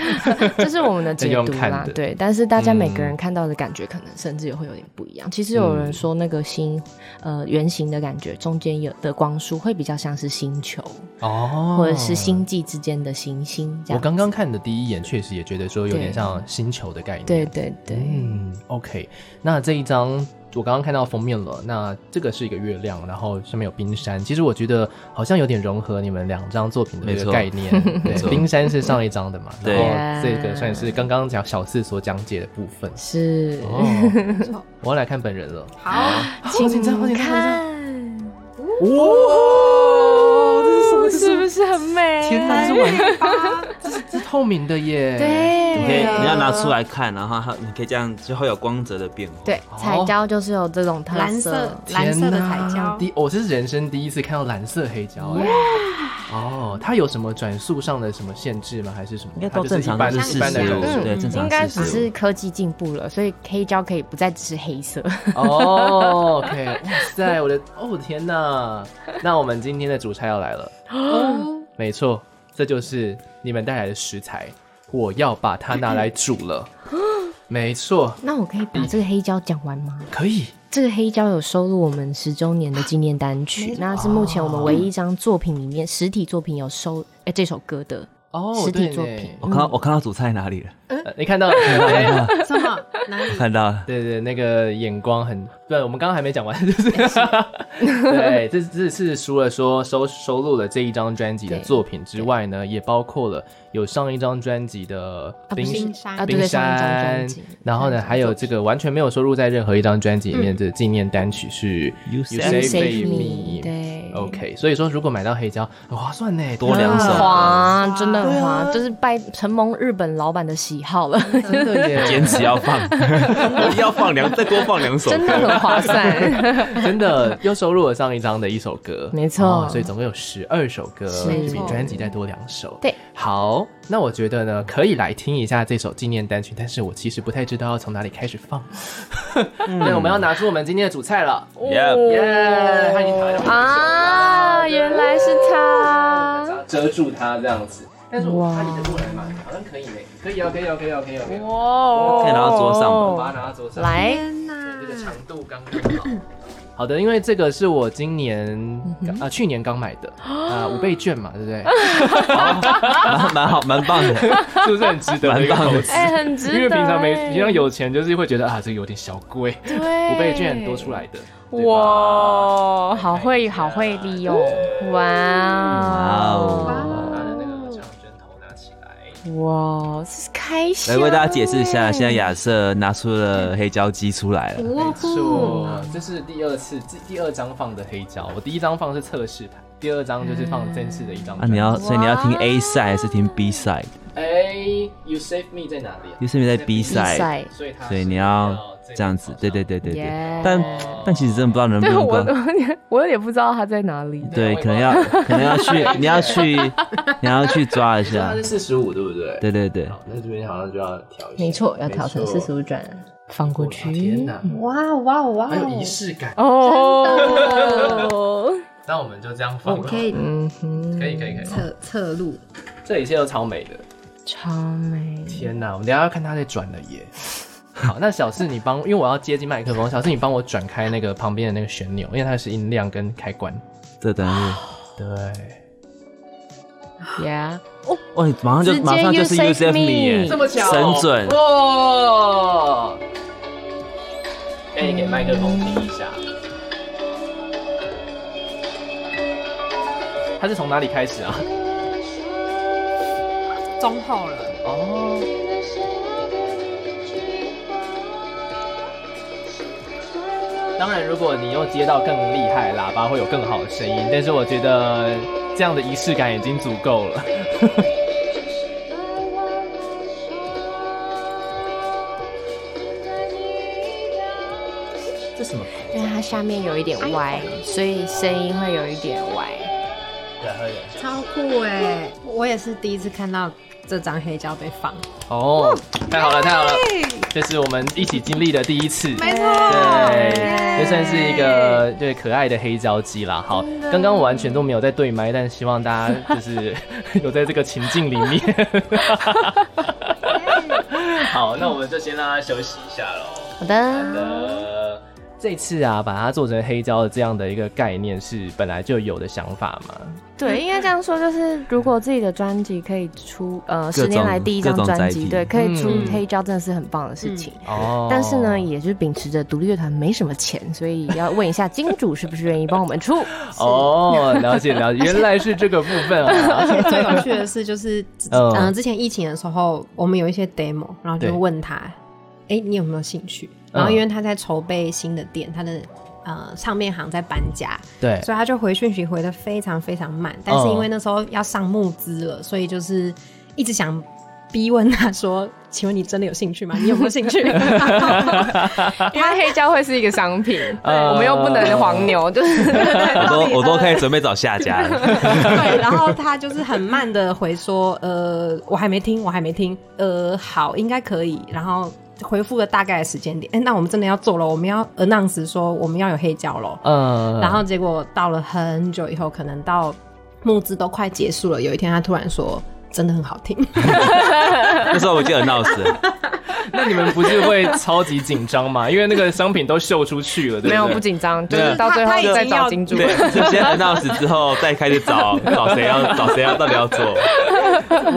这是我们的解
这
读
用看
啦
的，
对。但是大家每个人看到的感觉，可能甚至也会有点不一
嗯
样。其实有人说那个星，呃，圆形的感觉，中间有的光束会比较像是星球，
哦，
或者是。星际之间的行星这
我
样。
刚刚看的第一眼，确实也觉得说有点
对
像星球的概念。
对对对，
嗯，OK，那这一张我刚刚看到封面了，那这个是一个月亮，然后上面有冰山。其实我觉得好像有点融合你们两张作品的这
没
个
错
概念。对
没，错
冰山是上一张的嘛，
对
然后这个算是刚刚讲小四所讲解的部分。
是，
哦，我要来看本人了，
好，
好紧张，好紧张，好紧张！
看，
哇，这是什么？这
是
是
不是很美？
天哪，这是完， 这是这是透明的耶！，
你可以
对，
你要拿出来看，然后它
啊
你可以这样就会有光泽的变化。
对，彩胶就是有这种特色，
蓝色蓝色的彩胶，
第哦我、这是人生第一次看到蓝色黑胶哎、哦，它有什么转速上的什么限制吗？还是什么？
应该
它
都
就是
正
一
常
般
是
一
四
般的
十五，
转速
嗯
对，正常
应该
四
只
十
是科技进步了，所以黑胶可以不再只是黑 色。
哦，OK，哇塞，我的哦我的天哪！那我们今天的主菜要来了，
哦
没错，这就是你们带来的食材，我要把它拿来煮了。
哦
没错，
那我可以把这个黑胶讲完吗？
可以
这个黑胶有收录我们十周年的纪念单曲，那是目前我们唯一一张作品里面实体作品有收哎、这首歌的
哦，
实体
对
作
呢
品
我看到我看到主菜哪里了，
呃你看到， 哎
什么？哪里？
看到了。
对对，那个眼光很对。我们刚刚还没讲完，就是对，这这是除了说收收录了这一张专辑的
对
作品之外呢，也包括了有上一张专辑的
啊不
冰山
是
冰山
啊对
冰
上一张
山
专辑，
然后呢，还有这个完全没有收录在任何一张专辑里面的纪念单曲是
You
You
Save
Save
Me
Me，对
OK，所以说如果买到黑胶，很划算呢，
多两首
滑，真的很滑，就是拜承蒙日本老板的喜好了，
真的耶，
坚持要 放，我要放两，再多放两首歌。
真的 很划算。
真的又收录了上一张的一首歌，
没错
哦所以总共有十二首歌，
是
就比专辑再多两首。
对，
好，那我觉得呢，可以来听一下这首纪念单曲，但是我其实不太知道要从哪里开始放。
嗯
对，我们要拿出我们今天的主菜了，
哦
Yep
耶、他已经躺在旁边了
啊，原来是他，
遮住它这样子。但是我
哇
它移得过来嘛，好像可以呢，可以哦，可以哦，可以哦，可以哦，可以哦，
哇
可以拿到桌上吗
把它拿到桌上。
哦来，
天哪
这！个长度刚刚好。好的，因为这个是我今年
嗯
啊、去年刚买的
哦
啊、五倍券嘛，对 不对？
蛮蛮好，蛮棒的。
是不是很值得的一个
蛮棒
投
的
资？
哎，很值
因
得哎，
为平常没平常有钱，就是会觉得啊，这个有点小贵，
对
五倍券多出来的，对吧
哎哇，好会好会利用，哇
嗯
把
哦
它的那个长针头拿起来，
哇，这是开心。
来为大家解 释一
啊
下，现在亚瑟拿出了黑胶机出来了。
没错，这是第二次第第二张放的黑胶，我第一张放是测试盘，第二张就是放正式的一张专
啊，
辑。
你要，所以你要听 A side 还是听 B side？
哎，You Save Me 在哪里啊
尤其你在 B
B
比
side，
赛，
所以它是
所以你要这样子
往。上
对对对对对。
耶
但但其实真的不知道能不
对
能
我
够。
我我有点不知道他在哪里。
对，可能要 可能要去，你要去，你要去抓一下
它。是四十五，对不对？
啊对对对，
好，那这边好像就要调一下。
没错，要调成
没错
四十。五转，放过
我
去。
天哪，
哇哦哇哦哇
还有
哦
仪！式感。
哦，
那我们就这样
我
放
们
吧。
可以
嗯哼，
可以可以可以，
侧侧录，
这一切都超美的。
超美。
天哪，我们等一下要看它在转了 耶。好，那小四你帮，因为我要接近麦克风，小四你帮我转开那个旁边的那个旋钮，因为它是音量跟开关。
这等于
对，
Yeah，
哇，马上就
直接
马上就是
You
U
Save
Save
Me
Me 耶，
这
么巧
神准。
哇！可以给麦克风听一下。它是从哪里开始啊？
中后了，
哦，当然，如果你又接到更厉害的喇叭，会有更好的声音。但是我觉得这样的仪式感已经足够了。这什么？
因为它下面有一点歪，所以声音会有一点歪。
对，喝点。
超酷哎！我也是第一次看到这张黑胶被放，
哦，
嗯
太好了，太好了！这是我们一起经历的第一次。
没错，
对，这算是一个对可爱的黑胶机啦。好，刚刚我完全都没有在对麦，但希望大家就是 有在这个情境里面。 好，那我们就先让它休息一下喽。
好的，
呃，这次啊，把它做成黑胶的这样的一个概念是本来就有的想法嘛？
对，应该这样说，就是如果自己的专辑可以出，呃，
种
十年来第一张专
各种载体
辑，对，可以出
嗯
黑胶，真的是很棒的事情。
哦，
但是呢，也就是秉持着独立乐团没什么钱，所以要问一下金主是不是愿意帮我们出。
哦，了解了解，原来是这个部分
而
啊。
且 最有趣的是，就是
嗯
嗯、之前疫情的时候，我们有一些 demo，然后
对
就问他，哎、你有没有兴趣？然后因为他在筹备新的店，他的呃唱片行在搬家，
对，
所以他就回讯息回的非常非常慢。但是因为那时候要上募资了，所以就是一直想逼问他说：“请问你真的有兴趣吗？你有没有兴趣？”
因为黑胶会是一个商 品，
呃
我们又不能黄牛， 就是
我都我都开始准备找下家了。
对，然后他就是很慢的回说，呃，我还没听，我还没听，呃，好，应该可以。然后回复了大概的时间点，哎、那我们真的要做了，我们要 announce 说我们要有黑胶咯。
嗯，
然后结果到了很久以后，可能到募资都快结束了，有一天他突然说。真的很好听，
那时候我就很闹死了，
那你们不是会超级紧张吗？因为那个商品都秀出去了，对不对？
没有不紧张，就
对
是到最后
他他已经
再找
要
金主。哦
对，就先很闹死之后，再开始找找谁要找谁要到底要做，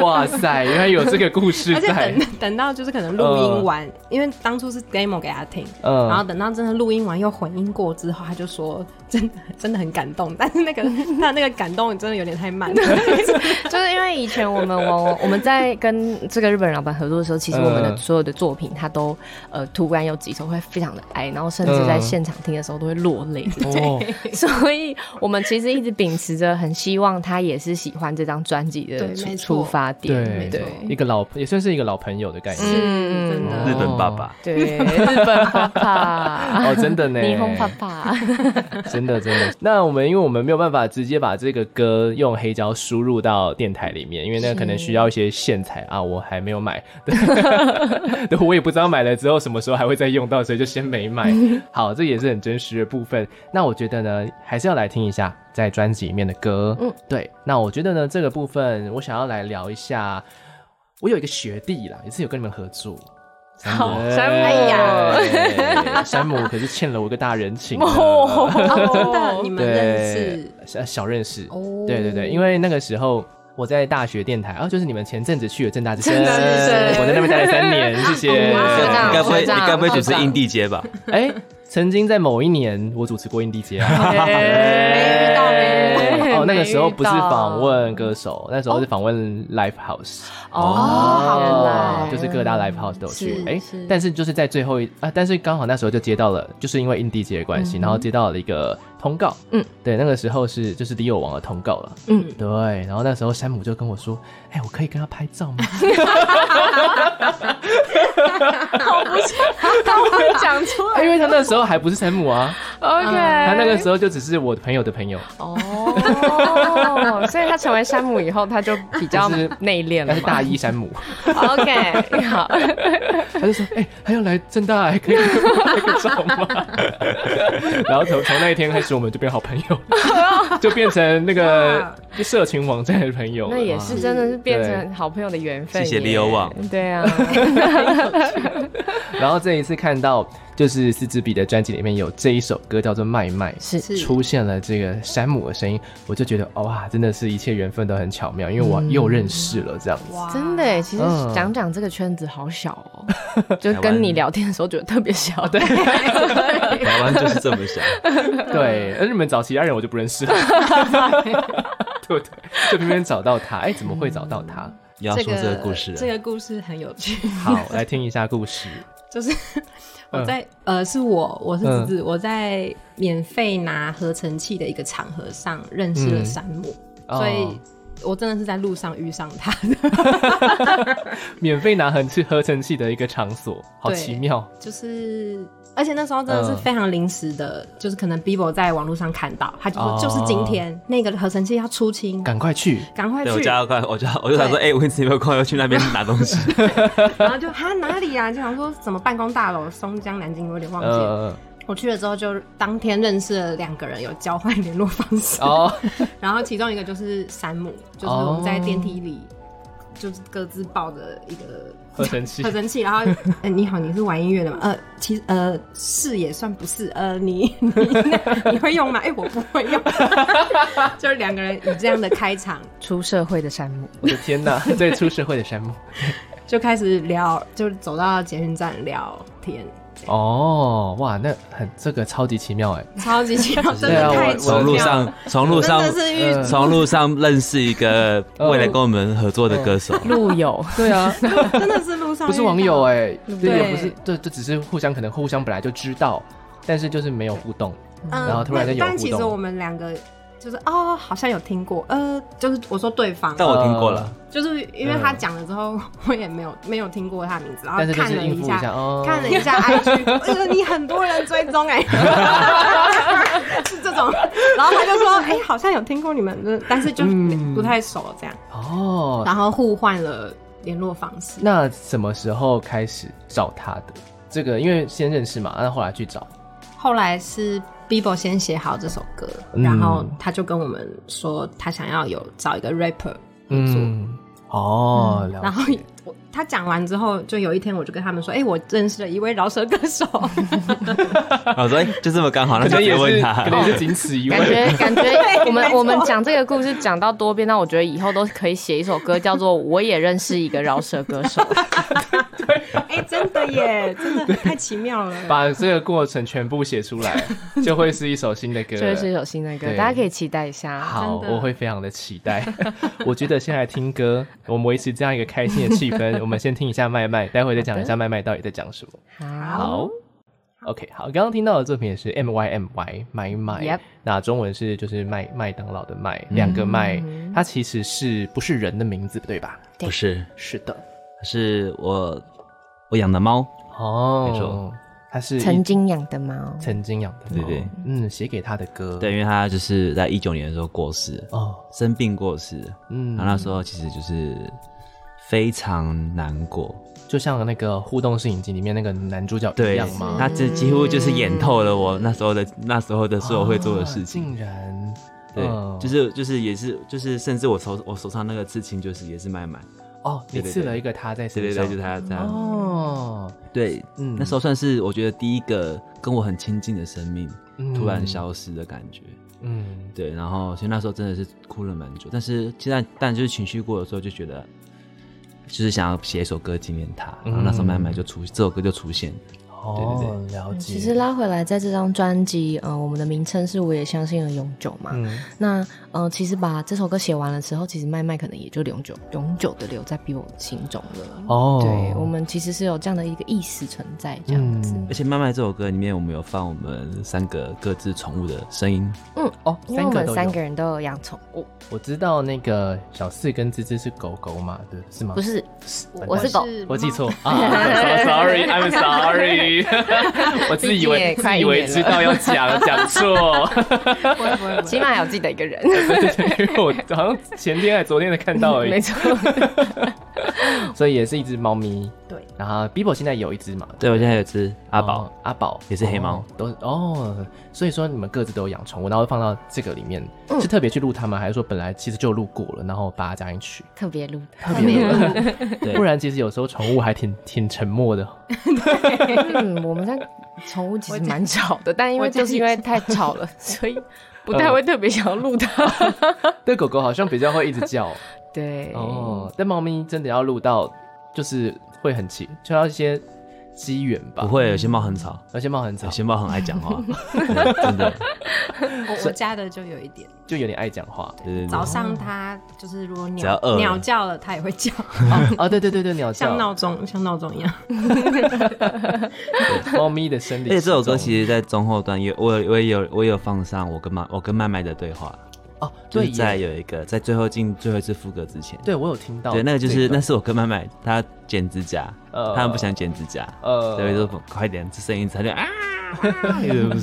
哇塞，原来有这个故事
而且
在
等。等到就是可能录音完，因为当初是 demo 给他听，
嗯
然后等到真的录音完又混音过之后，他就说真的真的很感动， 但是那个他那个感动真的有点太慢 了，
就是因为以前我们我我们在跟这个日本老板合作的时候，其实我们的
嗯
所有的作品，他都呃突然有几首会非常的哀，然后甚至
嗯
在现场听的时候都会落泪。
哦，
所以我们其实一直秉持着很希望他也是喜欢这张专辑的
对
出
没错
出发点。
对
对
一个老也算是一个老朋友的概念。
嗯
真
哦
的。
日本爸爸，
对，日本爸爸，
哦，真的呢，
霓虹爸爸，
真的真的。那我们因为我们没有办法直接把这个歌用黑胶输入到电台里面，因为那可能需要一些线材啊，我还没有买， 对，我也不知道买了之后什么时候还会再用到，所以就先没买。 好，这也是很真实的部分。那我觉得呢，还是要来听一下在专辑里面的歌。嗯
嗯，
对。那我觉得呢，这个部分我想要来聊一下。我有一个学弟啦，也是有跟你们合作。山姆，
山姆
哎呀，山姆可是欠了我一个大人情啊 呢。
哦，真的，你们认
嗯对
识，
小小认识。
哦
对对对，因为那个时候我在大学电台，啊，就是你们前阵子去的正大之声，
正大之声哦
我在那边待了三年，谢谢。
哇学长
你该不会
学
你
长
该不会主
学
持
长
印地街吧？
哎，曾经在某一年我主持过印地街啊。
没遇到没遇到
哦，那个时候不是访问歌手，那时候是访问 live house。
哦，好
就是各大 live house 都有去
是，
哎
是，
但是就是在最后一啊，但是刚好那时候就接到了，就是因为印地节的关系，
嗯哼
然后接到了一个通告，
嗯，
对，那个时候是就是李友王的通告了，
嗯，
对，然后那时候山姆就跟我说，哎，我可以跟他拍照吗？
他会讲出
哎因为他那时候还不是山姆啊，
，OK，
嗯他那个时候就只是我朋友的朋友，
哎哦，所以他成为山姆以后，他就比较
就是
内敛
那
了
是
嘛
大一山姆，
OK，好，
他就说，哎，还要来正大，还可以跟我拍个照吗？ 然后从从那一天开始，我们就变好朋友 了，就变成那个社群网站的朋友了，
那也是真的是变成好朋友的缘分耶。
谢谢 Leo 网
对 啊，
然后这一次看到，就是四支笔的专辑里面有这一首歌叫做《麦麦》，
是
是
出现了这个山姆的声音，我就觉得哦哇，真的是一切缘分都很巧妙，因为
嗯
我又认识了 这样子。
哇
真的耶。其实
嗯
讲讲这个圈子好小哦，就跟你聊天的时候觉得特别小。 对，
台湾就是这么想，
对，而你们找其他人我就不认 识了， 对不对？就偏偏找到他，哎，怎么会找到他？
你要说这个故事了，
这个故事很有趣。
嗯
好，来听一下故事。
就是我在、呃，是我，我是
嗯
子子，我在免费拿合成器的一个场合上认识了山姆，
哦
所以我真的是在路上遇上他的。
免费拿合成合成器的一个场所，好
对
奇妙。
就是，而且那时候真的是
嗯
非常临时的，就是可能 Bibo 在网络上看到，他就说
哦
就是今天、那个合成器要出清，
赶快去！
赶快
对我
去，
加快，我就我就想说，哎，我你有没有空要去那边拿 东西？
然后就他哪里啊，就想说什么办公大楼松江南京，我有点忘记了。
呃，
我去了之后就当天认识了两个人，有交换联络方式。
哦，
然后其中一个就是山姆，就是我们在电梯里就是各自抱着一个
合成 器
合，成器， 然后、呃、你好，你是玩音乐的吗？呃，其实呃是也算不是，呃你 你你会用吗？哎、我不会用， 就是两个人以这样的开场
出社会的山姆，
我的天 哪！对，出社会的山姆。
就开始聊，就走到捷运站聊天，
哦，哇，那很这个超级奇妙哎，
超级奇 妙，真
对
的
啊我
太奇
从
妙了，
路上，从路上
真的是遇
嗯
从路上认识一个未来跟我们合作的歌手，
嗯
路友。
对啊，
真的是路上
不是网友哎，对，
对
也不是，对，就只是互相可能互相本来就知道，但是就是没有互动，
嗯
然后突然间有
但
互
其
动
实我们两个就是哦，好像有听过，呃，就是我说对方，
但我听过
呃
了，
就是因为他讲了之后，我也没有没有听过他的名字，然后
嗯但是就
看
是
了
应付
一
一
下，
下哦
看了一 下 IG，呃，你很多人追踪哎、 是这种，然后他就说，哎、好像有听过你们，但是就
嗯
不太熟这样，
哦。
然后互换了联络方式。
那什么时候开始找他的？这个因为先认识嘛，那后来去找，
后来是 Bibo 先写好这首歌，
嗯
然后他就跟我们说，他想要有找一个 rapper 合作。
嗯，哦，了
然后
解
我他讲完之后，就有一天我就跟他们说，哎、我认识了一位饶舌歌 手，
我说哎就这么刚好，那
可
就
能
直
也
接问
是，
他
可。能也是仅此一
感
问。
觉 感觉我
没
们
错
我们讲这个故事讲到多遍，那我觉得以后都可以写一首歌，叫做《我也认识一个饶舌歌手》。
哎、真的耶，真的太奇妙了。
把这个过程全部写出 来，就会是一首新的歌了。
这是一首新的歌，
对
大家可以期待一下。
好，
真的
我会非常的期待。 我觉得先来听歌，我们维持这样一个开心的气氛。 我们先听一下麦麦，待会再讲一下麦麦到底在讲什么。
好，
好，OK，好，刚刚听到的作品也是 M Y M Y 麦麦
Yep 嗯
那中文是就是麦麦当劳的麦，两个麦，它其实是不是人的名字对吧？
不是，
是的，
是我我养的猫，没
哦
错，
它是一
曾经养的猫，
曾经养的猫，
对对
嗯，写给他的歌，
对，因为它就是在一九年的时候过世，
哦，
生病过世，
嗯
然后，那时候其实就是非常难过，
就像那个互动式影集里面那个男主角一
对
样吗？，
他这几乎就是演透了我那时候的那时候的所有会做的事情。
啊竟然
对，
嗯
就是就是也是就是，甚至我手我手上那个刺青就是也是麦麦，
哦，你
对对
刺了
对
一个他在
对
身
对
上，
对，就是他这样。
哦，
对，
嗯
那时候算是我觉得第一个跟我很亲近的生命
嗯
突然消失的感觉。
嗯，
对，然后其实那时候真的是哭了蛮久，但是现在但就是情绪过的时候就觉得，就是想要写一首歌纪念他。然后那
嗯
时候麦麦就出这首歌就出现，对
哦，了解，
嗯其实拉回来，在这张专辑，呃，我们的名称是“我也相信了永久”嘛。
嗯，
那呃，其实把这首歌写完了之后，其实麦麦可能也就永久、永久的留在比我心中了。
哦
对我们其实是有这样的一个意识存在，这样子。
嗯
而且麦麦这首歌里面我们有放我们三个各自宠物的声音。
嗯，
哦，
因为我
个
们
都
三
有
个，人都有养宠物，
我知道那个小四跟芝芝是狗狗嘛，对，是吗？
不，是，我
我
是狗。
我记 错啊 I'm，sorry，I'm sorry，我自以为
毕竟也
自
快
以
一
为
年了
知道要讲讲错，
不会不 会不
起
会，
码有记得一个人，
因为我好像前天还昨天才看到而已，
嗯没错。
所以也是一只猫咪。
对，
然后 Bibo 现在有一只嘛，
对，我现在有只阿宝。
哦阿宝
也是黑猫
哦都哦，所以说你们各自都有养宠物，然后放到这个里面，是特别去录它们，还是说本来其实就录过了，然后把它加进去？
特别录的，
特别录，
对
不然其实有时候宠物还挺挺沉默的。
嗯，我们家宠物其实蛮吵的，但因为
我家
就是因为太吵了， 所以不太会特别想要录它。
对狗狗好像比较会一直叫
对，
哦，但猫咪真的要录到就是会很奇，就要一些机缘吧。
不，会，有些猫很吵，
而且猫很吵
有，些猫很爱讲话，对真的，
我我家的就有一点，
就有点爱讲话。
对对对
早上它就是如果
只要
鸟
饿了
鸟叫了，它也 会叫，
啊，对对对对，鸟
像
叫，
闹钟像闹钟一样。
猫咪的生
而
理时钟。
且这首歌其实，在中后段也我我也有我也有放上我跟麦我跟麦麦的对话，
哦，
就
对
是在
耶
有一个在最后进最后一次副歌之前，
对我有听到这
对，
一段，
那个就是那是我跟麦麦她剪指甲，
呃
她很不想剪指甲，
呃
所以就快点，这声音她就啊，有点不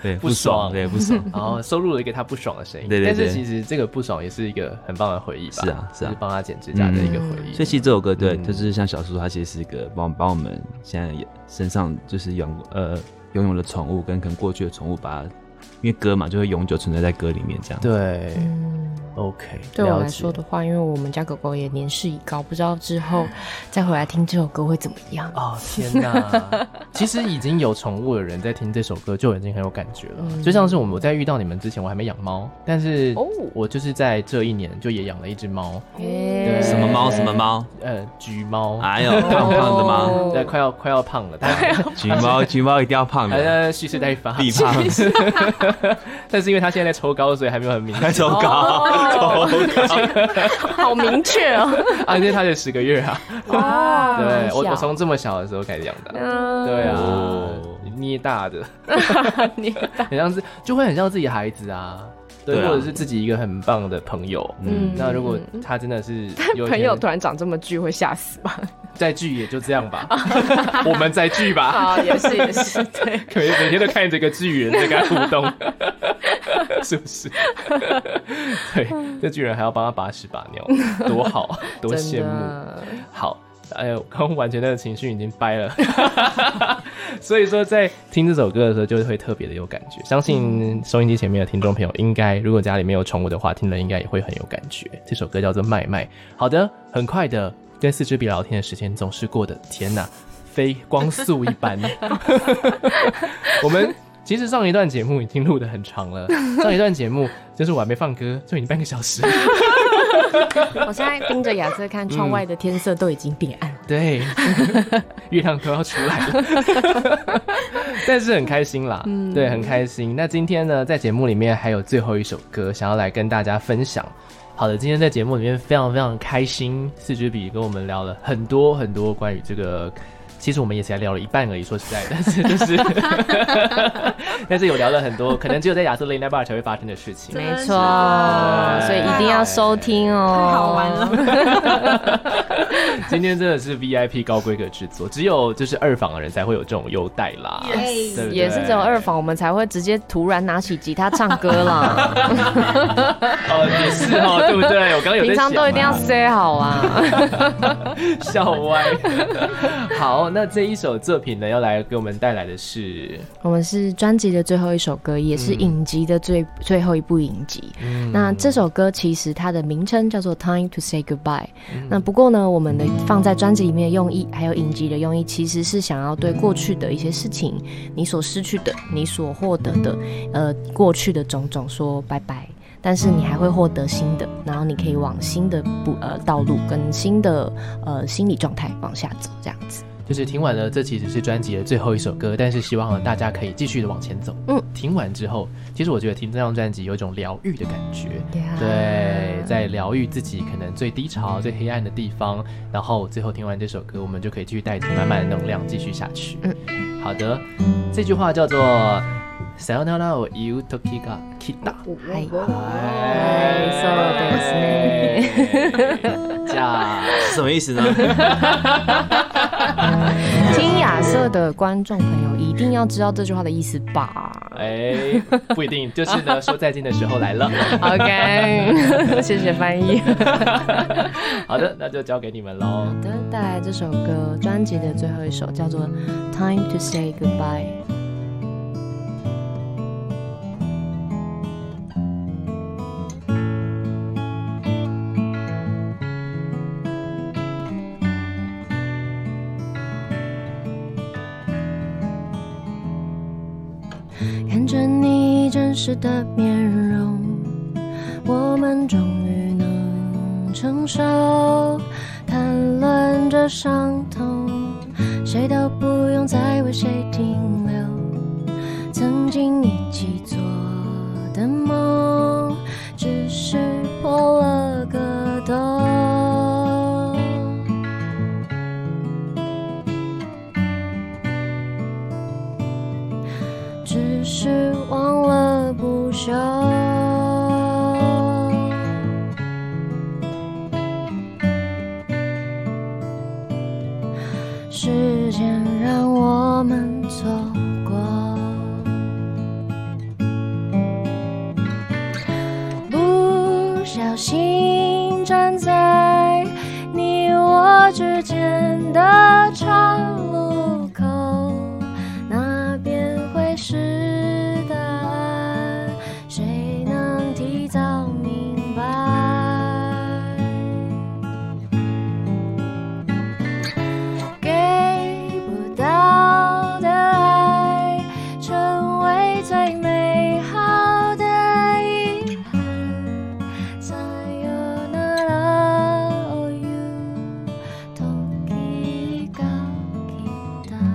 对
不
不
爽
爽，对不爽，
然后收录了一个他不爽的声音。
对对
但
对
是其实这个不爽也是一个很棒的回忆吧？
是啊是啊
就帮他剪指甲的一个回忆。
所以其实这首歌对，
嗯
就是像小叔他其实是一个帮帮我们现在也身上就是养呃拥有的宠物跟跟过去的宠物把它，因为歌嘛就会永久存在在歌里面这样。，
对
嗯，
，OK，
对我
了
来
解
说的话，因为我们家狗狗也年事已高，不知道之后再回来听这首歌会怎么样。
哦天哪！其实已经有宠物的人在听这首歌就已经很有感觉了，
嗯
就像是我们我在遇到你们之前，我还没养猫，但是
哦
我就是在这一年就也养了一只猫，
耶
什么猫什么猫，
呃，橘猫，
哎呦胖胖的猫，
对，快要快要胖了， 它
橘猫橘猫一定要胖
还
的，
在呃蓄势待发，
必胖，
但是因为它现在在抽高，所以还没有很明 显
抽高，
好明确 哦。
啊，因为它才十个月啊。
哇
对我，我从这么小的时候开始养的啊，
嗯
对啊
哦，
捏大的，
你
很像是就会很像自己的孩子啊，对，
对啊
或者是自己一个很棒的朋友。嗯
嗯，
那如果他真的是有一
朋友
天
突然长这么巨会吓死吧？
再聚，也就这样吧，我们再聚吧，
啊，也是也是， 对，
可能 每天都看着个巨人在跟他互 动，是不是？ 对，这巨人还要帮他把屎把尿，多好，多羡
真
慕。
的。
好，哎呦， 刚完全那个情绪已经掰了， 所以说在听这首歌的时候，就会特别的有感觉。相信收音机前面的听众朋友，应该如果家里没有宠物的话，听了应该也会很有感觉。这首歌叫做《麦麦》。好的，很快的，跟四支笔聊天的时间总是过得天哪，飞光速一般。 我们其实上一段节目已经录得很长了，上一段节目就是我还没放歌，就已经半个小时。
我现在盯着亚瑟看窗外的天色都已经变暗了，
对， 月亮都要出来了， 嗯但是很开心啦，对，很开心。那今天呢，在节目里面还有最后一首歌，想要来跟大家分享。好的，今天在节目里面非常非常开心，四支笔跟我们聊了很多很多关于这个。其实我们也才聊了一半而已，说实在， 但是就是，但是有聊了很多，可能只有在亚瑟雷奈巴尔才会发生的事情。
没错，所以一定要收听哦，太好玩了，
今天真的是 VIP 高规格制作，只有就是二访的人才会有这种优待啦。对不对
也是只有二访我们才会直接突然拿起吉他唱歌 啦，
哦，也是 哦，对不对？我刚刚 有在
平常都一定要
想
say 好啊，
嘛笑歪。 好，那这一首作品呢，要来给我们带来的是，
我们是专辑的最后一首歌，也是影集的最、最后一部影集，
嗯
那这首歌其实它的名称叫做《Time to Say Goodbye》。那
嗯
不过呢，我们的放在专辑里面的用意，还有影集的用意，其实是想要对过去的一些事情，你所失去的，你所获得的，呃，过去的种种说拜拜。但是你还会获得新的，然后你可以往新的不呃道路跟新的呃心理状态往下走，这样子。
就是听完了，这其实是专辑的最后一首歌，但是希望大家可以继续的往前走。嗯
嗯，
听完之后，其实我觉得听这张专辑有一种疗愈的感觉。
啊
对，在疗愈自己可能最低潮、最黑暗的地方，然后最后听完这首歌，我们就可以继续带着满满的能量继续下去。嗯，好的，这句话叫做 “Sayonara o you toki ga kita”。
哦嗨，
哎
そうです
ね。じゃあ
是什么意思呢？
听亚瑟的观众朋友一定要知道这句话的意思吧
哎，不一定，就是呢，说再见的时候来了。
？OK，谢谢翻译。
好的，那就交给你们喽。
好的，带来这首歌，专辑的最后一首，叫做《Time to Say Goodbye》。看着你真实的面容，我们终于能承受，谈论着伤痛，谁都不用再为谁停留。曾经一起做的梦，只是破了个洞。只是忘了不休。时间让我们错过，不小心站在你我之间的岔路口。那边会是答案，谁能提早明白？给不到的爱，成为最美好的遗憾。Sayonara, oh you, toki ga kita.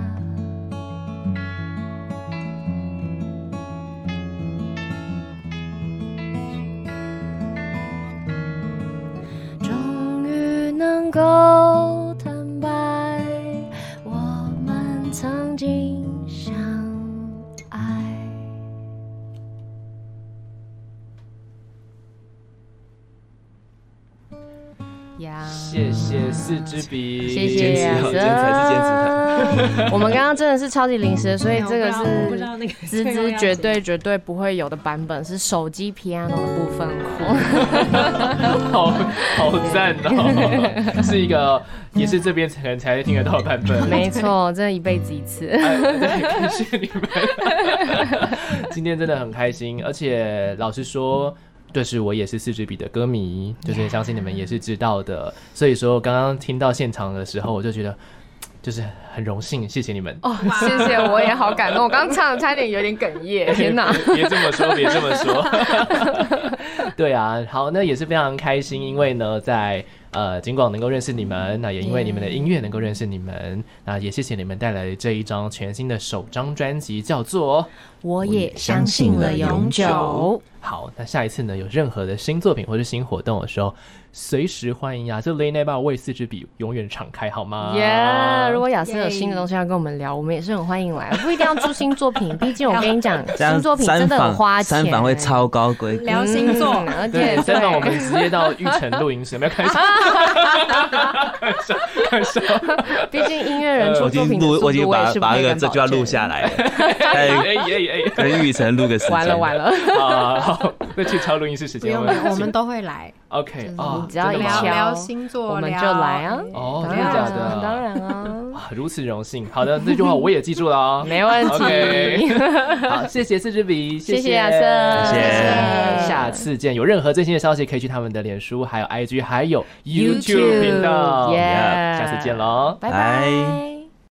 终于能够坦白，我们曾经相爱。呀，
谢谢四支笔，
谢谢啊亚
坚持
瑟
哦坚持还是坚持啊
持 我们刚刚真的是超级临时的，所以哎这个
没有我不知道我不知道那
是芝
个最后要
芝
剪
绝对绝对不会有的版本，是手机 piano 的部 分库。
好好赞哦，是一个也是这边可能才听得到的版本。
没错，真的一辈子一次。
哎对，感 谢你们。今天真的很开心，而且老实说，就是我也是四支笔的歌迷，就是相信你们也是知道的。所以说，刚刚听到现场的时候，我就觉得就是很荣幸，谢谢你们。
哦，谢谢，我也好感动，我刚唱的差点有点哽 咽，天哪！
别这么说，别这么说。 对啊，好，那也是非常开心，因为呢，在呃尽管能够认识你们，那也因为你们的音乐能够认识你们，那也谢谢你们带来这一张全新的首张专辑，叫做
我也相信了永 久。
好。那下一次呢，有任何的新作品或是新活动的时候，随时欢迎亚啊瑟雷奈把为四支笔永远敞开，好吗？
耶
啊
如果亚瑟有新的东西要跟我们聊，我们也是很欢迎来，不一定要出新作品，毕竟我跟你讲，
这样
新作品真的很花钱，欸
三房会超高规格。
聊星座，
嗯而且
对，
对
三访我们直接到玉成录音室，没有 开玩笑，开 玩笑，开玩笑。
毕竟音乐人
我
出作
已经
品的
录
速，度
呃我已经把
也是不
把
太
那个
敢
这
保
句话
证
录下来了，在
哎哎哎
跟玉成录个时间。
完了完了，
啊， 好，那去超录音室时
不
间
用，不用我们都会来
OK 啊，
嗯你只要
真的
一
吗
聊
敲
聊星
我
座，
们
聊
就来啊！
哦，
当
真的假
然
的
啊，？当
哦
然啊，
啊，如此荣幸。好的，这句话我也记住了哦。
没问题。
OK，好，谢谢四支笔，
谢
谢
谢亚瑟，
谢
谢
下次见。有任何最新的消息，可以去他们的脸书、还有 IG、还有
YouTube，
YouTube 频道。
耶
Yeah，下次见喽。
拜
拜
拜。